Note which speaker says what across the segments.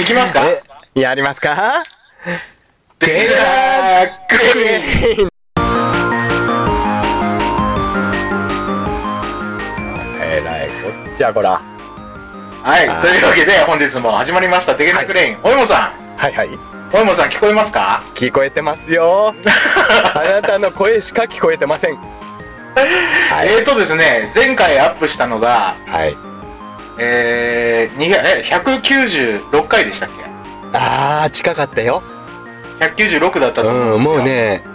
Speaker 1: いきますか
Speaker 2: えやりますか
Speaker 1: デラークイーン
Speaker 2: えらいこっちゃこら。
Speaker 1: はい、というわけで本日も始まりましたデゲナクレイン。おいもさん、
Speaker 2: はいはい。
Speaker 1: おいもさん聞こえますか
Speaker 2: 聞こえてま すよ。あなたの声しか聞こえてません。はい。
Speaker 1: えーとですね、前回アップしたのが、
Speaker 2: はい。
Speaker 1: えー、にえ196回でしたっけ
Speaker 2: あー、近かったよ。
Speaker 1: ?196 だったと思
Speaker 2: う
Speaker 1: うん
Speaker 2: ん、
Speaker 1: ですよ。
Speaker 2: もう。ね、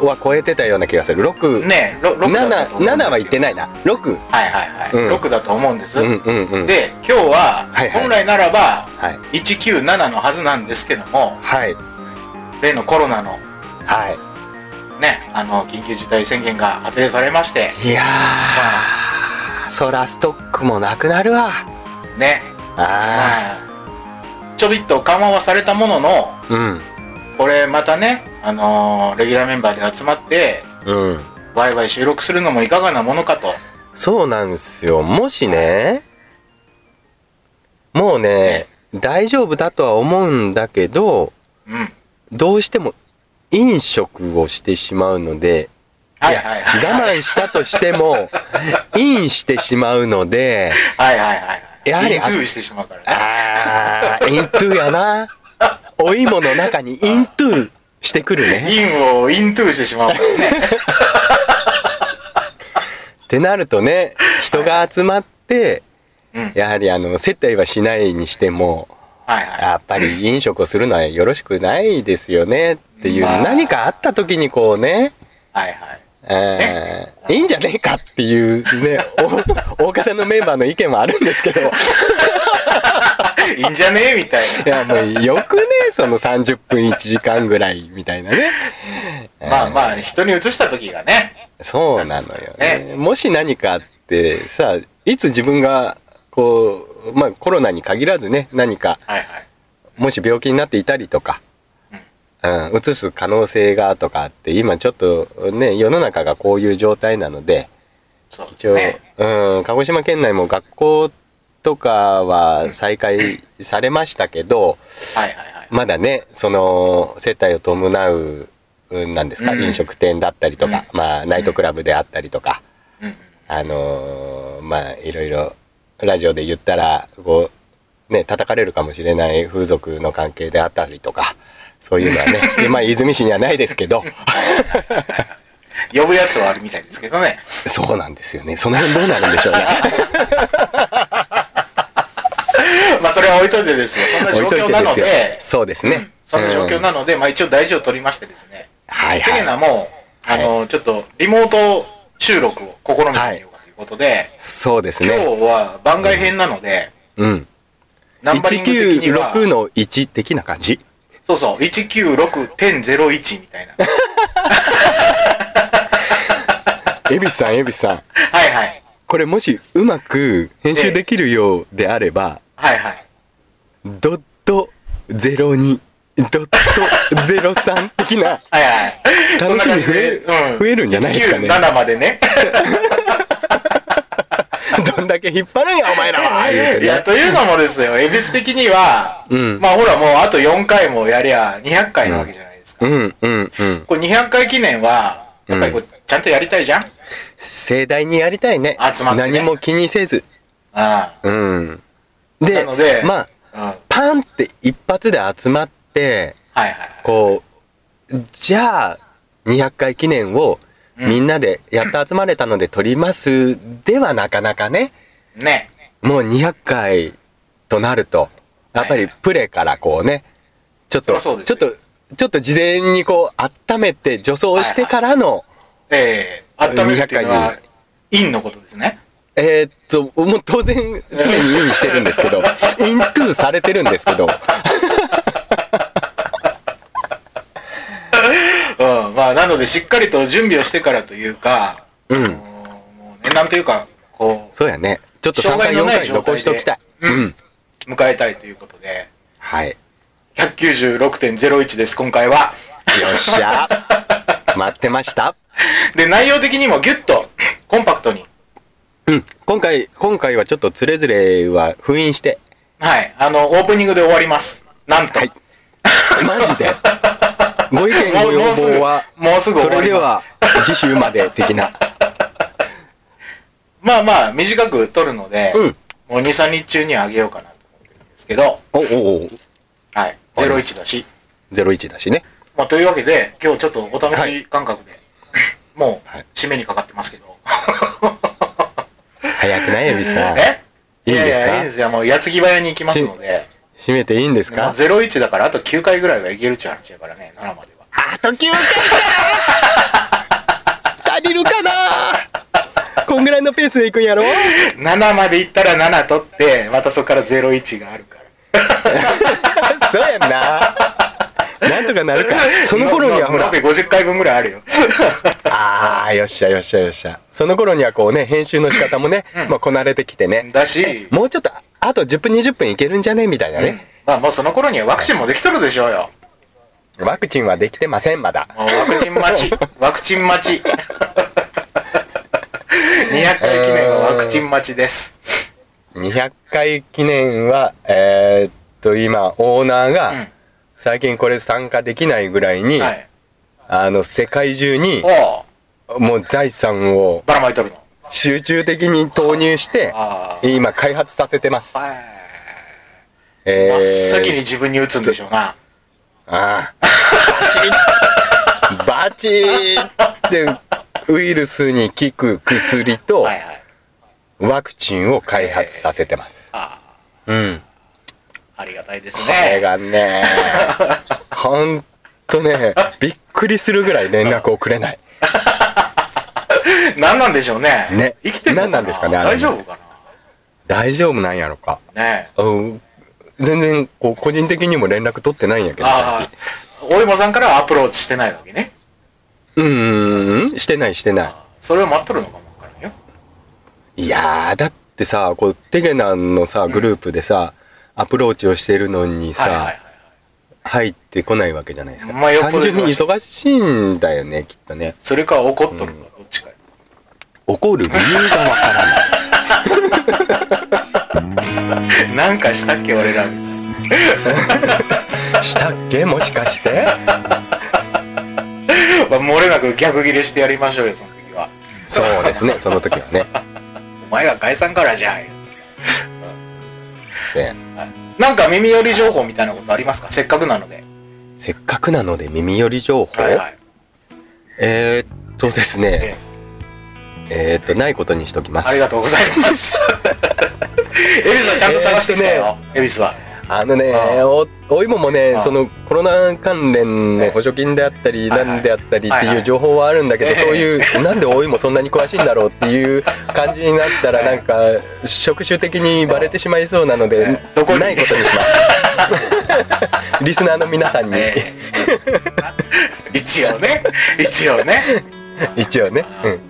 Speaker 2: 5は超えてたような気がする。6、
Speaker 1: ね、ろ6だった
Speaker 2: 7、
Speaker 1: と思うんですよ。
Speaker 2: 7は言ってないな。6。
Speaker 1: はいはいはい。
Speaker 2: うん
Speaker 1: 6だと思うんです。
Speaker 2: うんうんうん。
Speaker 1: で、今日は
Speaker 2: はい、はい
Speaker 1: 本来ならば、
Speaker 2: はい。
Speaker 1: 197のはずなんですけども、
Speaker 2: はい。
Speaker 1: 例のコロナの
Speaker 2: は
Speaker 1: ね、あの、緊急事態宣言が発令されまして、
Speaker 2: い。いやー、そらストックもなくなるわ。
Speaker 1: ね、
Speaker 2: あ
Speaker 1: まあちょびっと緩和はされたものの、
Speaker 2: ー。うん。
Speaker 1: これまたね、あのーレギュラーメンバーで集まって、
Speaker 2: うん。
Speaker 1: ワイワイ収録するのもいかがなものかと。
Speaker 2: そうなんですよ。もしね、もうね、大丈夫だとは思うんだけど、
Speaker 1: うん。はい
Speaker 2: どうしても飲食をしてしまうので、
Speaker 1: はい
Speaker 2: や
Speaker 1: はい。
Speaker 2: 我慢したとしても、飲してしまうので、
Speaker 1: はいはいはい。
Speaker 2: やはり
Speaker 1: イントゥーしてしまうからね。
Speaker 2: あー、イントゥやな。お芋の中にイントゥしてくるね。
Speaker 1: インをイントゥーしてしまうからね。
Speaker 2: ってなるとね、人が集まって、
Speaker 1: うん。はい
Speaker 2: やはりあの、接待はしないにしても、
Speaker 1: はい。
Speaker 2: やっぱり飲食をするのはよろしくないですよねっていう、
Speaker 1: まあ
Speaker 2: 何かあった時にこうね、
Speaker 1: はいはい。
Speaker 2: えーいいんじゃねえかっていうね、お大方のメンバーの意見もあるんですけど、
Speaker 1: い いんじゃねえみたい
Speaker 2: いやもうよくね、その30分1時間ぐらいみたいなね。
Speaker 1: な。まあまあ、人に移した時がね。
Speaker 2: そうなのよね。
Speaker 1: ね
Speaker 2: もし何かあってさ、いつ自分がこう、まあコロナに限らずね、何か
Speaker 1: はいはい。
Speaker 2: もし病気になっていたりとか、うん、うつす可能性がとかって、今ちょっとね、世の中がこういう状態なので、
Speaker 1: そうで
Speaker 2: 一応、
Speaker 1: すね。
Speaker 2: うん、鹿児島県内も学校とかは再開されましたけど、
Speaker 1: はいはいはい。
Speaker 2: まだね、その、接待を伴う、うんなんですか、
Speaker 1: うん
Speaker 2: 飲食店だったりとか、まあ、ナイトクラブであったりとか、
Speaker 1: うんうん。
Speaker 2: あのーまあいろいろラジオで言ったらこうね叩かれるかもしれない風俗の関係であったりとかそういうの はね今泉市にはないですけど
Speaker 1: 呼ぶやつはあるみたいですけどね。
Speaker 2: そうなんですよねその辺どうなるんでしょうね
Speaker 1: まあそれは置いといてですよ。 そんな状
Speaker 2: 置いと
Speaker 1: 況
Speaker 2: いて
Speaker 1: な
Speaker 2: で
Speaker 1: の
Speaker 2: すよ
Speaker 1: で、
Speaker 2: そうです
Speaker 1: うん
Speaker 2: ね、
Speaker 1: その状況
Speaker 2: うん
Speaker 1: なので、まあ一応大事を取りましてですね。
Speaker 2: はい
Speaker 1: ていうの
Speaker 2: は
Speaker 1: はいもう、あの、ちょっとリモート収録を試みてみようかということで、
Speaker 2: そうです
Speaker 1: 今日
Speaker 2: ね
Speaker 1: は番外編なので、
Speaker 2: うん
Speaker 1: ナンバリング的には、
Speaker 2: 196の1的な感じ
Speaker 1: そうそう、196.01みたいな。
Speaker 2: 恵比寿さん恵比寿さん
Speaker 1: はいはい。
Speaker 2: これもしうまく編集できるようであれば、
Speaker 1: はいはい。
Speaker 2: ドット02ドット03的 な
Speaker 1: はいはい。そん
Speaker 2: 楽
Speaker 1: な
Speaker 2: し
Speaker 1: 感
Speaker 2: み
Speaker 1: じ
Speaker 2: 増
Speaker 1: で
Speaker 2: え,、増えるんじゃないですかね
Speaker 1: 197までね。
Speaker 2: どんだけ引っ張るんやお前らは言う
Speaker 1: い
Speaker 2: て
Speaker 1: や、
Speaker 2: ね
Speaker 1: というのもですよ、恵比寿的には、
Speaker 2: うん
Speaker 1: まあほらもうあと4回もやりゃ200回なわけじゃないですか。
Speaker 2: うんうんうん
Speaker 1: これ200回記念は、やっぱりこう、ちゃんとやりたいじゃん
Speaker 2: 盛大にやりたいね
Speaker 1: 集まってね
Speaker 2: 何も気にせず
Speaker 1: あ
Speaker 2: うんで
Speaker 1: なので
Speaker 2: まあ
Speaker 1: あ。うん。はい
Speaker 2: パンって一発で集まって
Speaker 1: はい。
Speaker 2: こうじゃあ200回記念を
Speaker 1: うん
Speaker 2: みんなでやっと集まれたので撮りますではなかなかね
Speaker 1: ね。
Speaker 2: もう200回となると、やっぱりプレからこうね、ちょっ
Speaker 1: そ
Speaker 2: と、
Speaker 1: りゃ
Speaker 2: ちょ
Speaker 1: そう
Speaker 2: っ
Speaker 1: ですよ
Speaker 2: と、ちょっと事前にこう、温めて、除草してからの、
Speaker 1: ええ温めるっていうの
Speaker 2: 200
Speaker 1: は、陰のことですね。
Speaker 2: えーっと、もう当然、常にインしてるんです けど、イントゥーされてるんですけど、
Speaker 1: うん。まあ、なので、しっかりと準備をしてからというか、
Speaker 2: うん
Speaker 1: あのもうね、なんていうか、こ
Speaker 2: そうやね。ちょっと3
Speaker 1: 障
Speaker 2: 回、
Speaker 1: 害のな
Speaker 2: 4
Speaker 1: い
Speaker 2: 回
Speaker 1: 状態で
Speaker 2: 残しておきたい。う
Speaker 1: うん
Speaker 2: ん。
Speaker 1: う、迎えたいということで、
Speaker 2: はい。よ
Speaker 1: 196.01です、今回は。
Speaker 2: っし ゃ。待ってました。
Speaker 1: で、内容的にもギュッと、コンパクトに。
Speaker 2: うん。今回、今回はちょっとつれづれは封印して、
Speaker 1: はい。あの、オープニングで終わります。なんと。
Speaker 2: はいマジでご意見
Speaker 1: も
Speaker 2: ご
Speaker 1: う
Speaker 2: 要
Speaker 1: もうすぐ
Speaker 2: 望は、
Speaker 1: もうすぐ
Speaker 2: そ
Speaker 1: 終わ
Speaker 2: れで
Speaker 1: りま
Speaker 2: は
Speaker 1: す。
Speaker 2: 次週まで的な。
Speaker 1: まあまあ、短く撮るので、
Speaker 2: うん。
Speaker 1: もう2、3日中にはあげようかなと思ってるんですけど、
Speaker 2: おおお、
Speaker 1: はい。01だし。
Speaker 2: 01だしね。
Speaker 1: まあ、というわけで、今日ちょっとお試し感覚で、もう
Speaker 2: はい、
Speaker 1: 締めにかかってますけど。
Speaker 2: 早くないエビさん。
Speaker 1: え
Speaker 2: いいん
Speaker 1: ややいいん
Speaker 2: で
Speaker 1: ですすよ。もう、矢継ぎ早に行きますので。
Speaker 2: か閉めていいんです
Speaker 1: まあ、
Speaker 2: か
Speaker 1: 01だから、あと9回ぐらいはいけるっちゅう話やからね、7までは。
Speaker 2: あと9回か足りるかなこんぐらいのペースでいくんやろ
Speaker 1: 7まで行ったら7取って、またそこから01があるから。
Speaker 2: そうやんな。なんとかなるか。その頃にはほら
Speaker 1: 村。辺50回分ぐらいあ るよ。
Speaker 2: ああ、よっしゃよっしゃよっしゃ。その頃にはこうね、編集の仕方もね、
Speaker 1: うん
Speaker 2: まあこなれてきてね。
Speaker 1: だし、
Speaker 2: もうちょっと、あと10分20分いけるんじゃねみたいな
Speaker 1: うん
Speaker 2: ね。
Speaker 1: まあもうその頃にはワクチンもできとるでしょうよ。
Speaker 2: ワクチンはできてません、まだ。
Speaker 1: もうワクチン 待ち。ワクチン待ち。200回記念はワクチン待ちです。
Speaker 2: 200回記念は、えーっと、今、オーナー
Speaker 1: う
Speaker 2: が、
Speaker 1: ん。
Speaker 2: 最近これ参加できないぐらいに、
Speaker 1: はい。
Speaker 2: あの、世界中に、
Speaker 1: おう
Speaker 2: もう財産を
Speaker 1: ばらまいとるの。
Speaker 2: 集中的に投入して、
Speaker 1: ああ。
Speaker 2: 今開発させてます。
Speaker 1: はい
Speaker 2: え
Speaker 1: 真
Speaker 2: ー
Speaker 1: っ先に自分に打つんでしょうな。
Speaker 2: ああ。バチーバチーって、ウイルスに効く薬と
Speaker 1: はいはい。
Speaker 2: ワクチンを開発させてます。
Speaker 1: あ
Speaker 2: うん。
Speaker 1: あ、ありがたいです
Speaker 2: これ
Speaker 1: ね。
Speaker 2: が ね、ほんとね、びっくりするぐらい連絡をくれない。
Speaker 1: 何なんでしょうね。
Speaker 2: ね
Speaker 1: 生きてるのかな
Speaker 2: 何なんですかねあれ
Speaker 1: 大丈夫か
Speaker 2: 大丈夫なんやろか。
Speaker 1: なね
Speaker 2: うん全然、こう、個人的にも連絡取ってないんやけど、
Speaker 1: あ
Speaker 2: さ
Speaker 1: あ。大山さんからはアプローチしてないわけね。
Speaker 2: うーん、してないしてない。
Speaker 1: それを待っとるのかもわからんよ。
Speaker 2: いやーだってさこうテゲナンのさグループでさ、アプローチをしてるのにさ、
Speaker 1: はいはいはい。
Speaker 2: 入ってこないわけじゃないですか、
Speaker 1: まあよっぽど
Speaker 2: 単純に忙しいんだよねきっとね
Speaker 1: それか怒っとるのか、どっちかよ。
Speaker 2: 怒る理由がわからない
Speaker 1: なんかしたっけ俺ら
Speaker 2: したっけもしかして
Speaker 1: まあ漏れなく逆ギレしてやりましょうよその時は
Speaker 2: そうですねその時はね
Speaker 1: お前が解散からじゃん
Speaker 2: で
Speaker 1: なんか耳寄り情報みたいなことありますかせっかくなので
Speaker 2: せっかくなので耳寄り情報、
Speaker 1: はいはい
Speaker 2: えー、っとですねえー、っとないことにしときます
Speaker 1: ありがとうございます 恵比寿はちゃんと探してきたよ恵比寿は
Speaker 2: あのね
Speaker 1: ああ
Speaker 2: おおいももね
Speaker 1: ああ
Speaker 2: そのコロナ関連の補助金であったり
Speaker 1: はいはい
Speaker 2: なんであったりっ
Speaker 1: は
Speaker 2: て
Speaker 1: いはいいう
Speaker 2: 情報はあるんだけど、
Speaker 1: ええ
Speaker 2: そういうなんでおいもそんなに詳しいんだろうっていう感じになったらなんか職種的にバレてしまいそうなので、
Speaker 1: ええどこに
Speaker 2: ないことにします リスナーの皆さんに
Speaker 1: ええ一応ね一応ね
Speaker 2: 一応ね、うん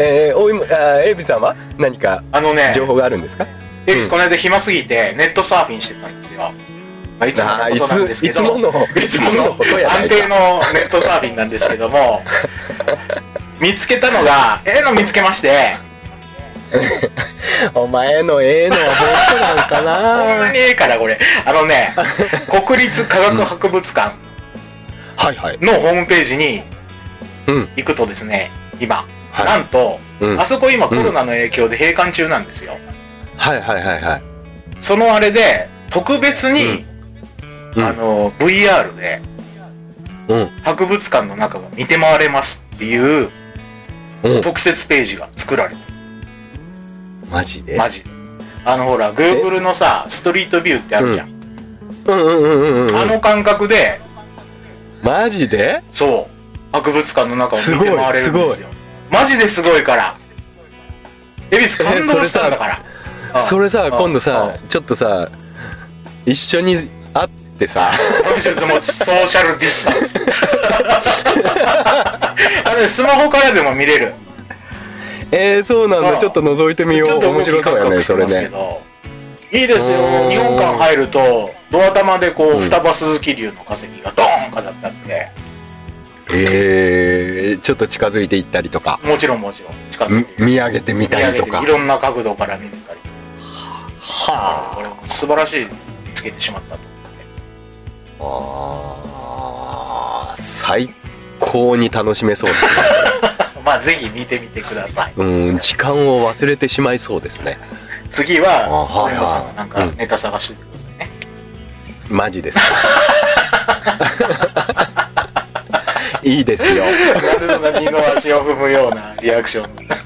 Speaker 2: えー、おいもあエイビさんは何か
Speaker 1: あのね
Speaker 2: 情報があるんですか、
Speaker 1: 恵比寿この間暇すぎてネットサーフィンしてたんですよまあいつも
Speaker 2: ああ
Speaker 1: の
Speaker 2: い
Speaker 1: ことなんです
Speaker 2: つ
Speaker 1: け
Speaker 2: い
Speaker 1: ど
Speaker 2: つもの
Speaker 1: いつもの
Speaker 2: ことやな
Speaker 1: 安
Speaker 2: いか
Speaker 1: 定のネットサーフィンなんですけど も見つけたのがええの見つけまして
Speaker 2: お前のええのは本当
Speaker 1: こん
Speaker 2: なんか
Speaker 1: な
Speaker 2: な
Speaker 1: にええからこれあのね国立科学博物館
Speaker 2: はいはい
Speaker 1: のホームページに
Speaker 2: うん
Speaker 1: 行くとですね今、
Speaker 2: はい
Speaker 1: なんと、
Speaker 2: うん
Speaker 1: あそこ今コロナの影響で閉館中なんですよ、
Speaker 2: はいはいはいはい。
Speaker 1: そのあれで特別に、
Speaker 2: うん
Speaker 1: あの VR で
Speaker 2: うん。
Speaker 1: 博物館の中が見て回れますっていう
Speaker 2: うん。
Speaker 1: 特設ページが作られて
Speaker 2: マジで
Speaker 1: マジで。あのほら、Google のさ、ストリートビューってあるじゃん。
Speaker 2: うんうんうんうんうん。
Speaker 1: あの感覚で、
Speaker 2: マジで
Speaker 1: そう、博物館の中を見て回れるん
Speaker 2: すご
Speaker 1: で
Speaker 2: い
Speaker 1: す
Speaker 2: す
Speaker 1: よ。マジですごいから。エビス感動したんだから。うん
Speaker 2: それさ、
Speaker 1: うん
Speaker 2: 今度さ
Speaker 1: う、
Speaker 2: ちょっとさ、一緒に会ってさ、
Speaker 1: 今週もソーシャルディスタンス。あれ、スマホからでも見れる。
Speaker 2: えー、そうなん
Speaker 1: う
Speaker 2: だ、
Speaker 1: ん
Speaker 2: ちょっと覗いてみよ
Speaker 1: ちょっ
Speaker 2: う。
Speaker 1: と動
Speaker 2: 面
Speaker 1: き
Speaker 2: 白そう
Speaker 1: カク
Speaker 2: や
Speaker 1: カ
Speaker 2: ね、
Speaker 1: クして
Speaker 2: それ
Speaker 1: ますけ
Speaker 2: ね。
Speaker 1: ど。いいですよ
Speaker 2: うーん
Speaker 1: 日本館入るとドア玉でこ
Speaker 2: うん
Speaker 1: う双葉鈴木流の化石がドーン飾ってあって
Speaker 2: えー、ちょっと近づいていったりとか、
Speaker 1: もちろんもちろん近づいて
Speaker 2: み見上げてみたりと
Speaker 1: 見上げ
Speaker 2: か
Speaker 1: てい。ろんな角度から見れたり
Speaker 2: は
Speaker 1: これ素晴らしい見つけてしまったと
Speaker 2: ああー最高に楽しめそうです ね
Speaker 1: まあぜひ見てみてください
Speaker 2: うん時間を忘れてしまいそうですね
Speaker 1: 次は
Speaker 2: あはいはい
Speaker 1: 小山さんがなんか
Speaker 2: うん
Speaker 1: ネタ探しててくださいね、
Speaker 2: マジ ですかいいですよ
Speaker 1: なんでそんな二の足を踏むようなリアクション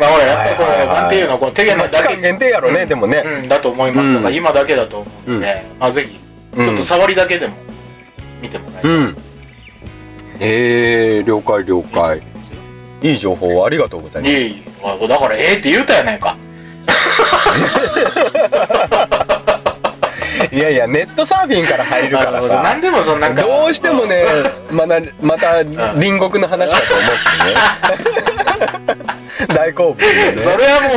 Speaker 1: まあほらやっぱりこ
Speaker 2: は
Speaker 1: れ
Speaker 2: いはいはい
Speaker 1: なんていうのこう手
Speaker 2: ま
Speaker 1: 芸
Speaker 2: あ
Speaker 1: の
Speaker 2: 期
Speaker 1: だ
Speaker 2: 間
Speaker 1: け、
Speaker 2: 限定やろねでもね
Speaker 1: うん、だと思いますだから
Speaker 2: うん
Speaker 1: 今だけだと思うので、まあぜひちょっと触りだけでも見てもらいた
Speaker 2: う
Speaker 1: い
Speaker 2: んえー、了解了解
Speaker 1: ですよ、
Speaker 2: いい情報をありがとうございま
Speaker 1: い
Speaker 2: す
Speaker 1: えいえおだからええって言うたやないか
Speaker 2: いやいやネットサーフィンから入るからさ
Speaker 1: 何でもそのなんか
Speaker 2: どうしてもねまだまた隣国の話だと思 ってね大好物でね
Speaker 1: それはも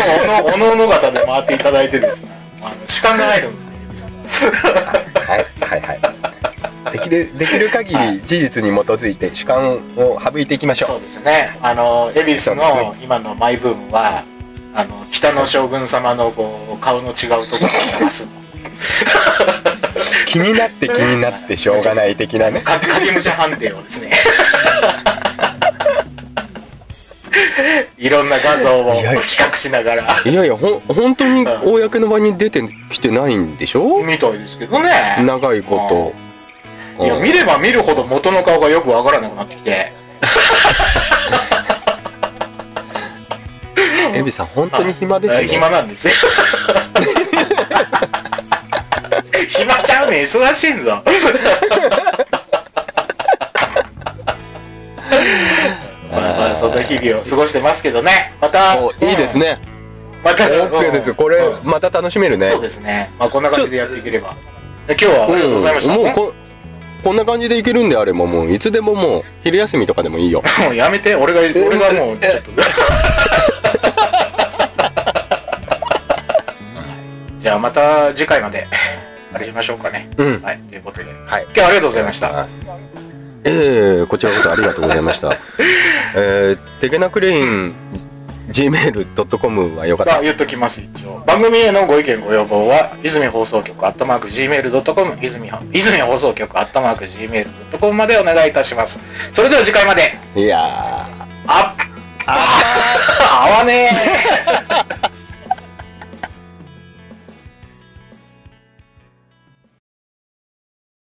Speaker 1: うおのおのおの方で回っていただいてですねあの主観が入るんで
Speaker 2: はいはいはいできるできる限り事実に基づいて主観を省いていきまし
Speaker 1: そ
Speaker 2: ょ
Speaker 1: うですねあの恵比寿
Speaker 2: そう
Speaker 1: の今のマイブームはあの北の将軍様のこう顔の違うところを探す
Speaker 2: う気になって気になってしょうがない的なね
Speaker 1: か影武者判定をですねいろんな画像を比較しながら
Speaker 2: いやいやほん本当に公の場に出てきてないんでしょ
Speaker 1: みたいですけどね
Speaker 2: 長いこ
Speaker 1: い
Speaker 2: と
Speaker 1: や
Speaker 2: うん
Speaker 1: 見れば見るほど元の顔がよくわからなくなってきて
Speaker 2: エビさん本当に暇です
Speaker 1: はい
Speaker 2: ね
Speaker 1: 暇なんですよ 暇ちゃうねん忙しいん ぞまあまあそんな日々を過ごしてますけどねまた
Speaker 2: おいいです
Speaker 1: ね
Speaker 2: ね
Speaker 1: また
Speaker 2: OK ですよこれ
Speaker 1: うん
Speaker 2: また楽しめるね
Speaker 1: そうですねまあこんな感じでやっていければで今日はありがとうございました、
Speaker 2: うんもうここんな感じでいけるんであればもういつでももう昼休みとかでもいいよ
Speaker 1: もうやめて俺が俺がもうちょっと じゃあまた次回まであれしましょうかね
Speaker 2: うん
Speaker 1: はいということで今
Speaker 2: はい
Speaker 1: 日はありがとうございました
Speaker 2: あええこちらこそありがとうございました えー、テケナクレイン gmail.com はよかっ
Speaker 1: ま
Speaker 2: た
Speaker 1: あ言っときます一応番組へのご意見ご要望は泉放送局アットマーク Gmail.com 泉泉放送局アットマーク Gmail.com までお願いいたしますそれでは次回まで
Speaker 2: いやー
Speaker 1: あっあー合わねえ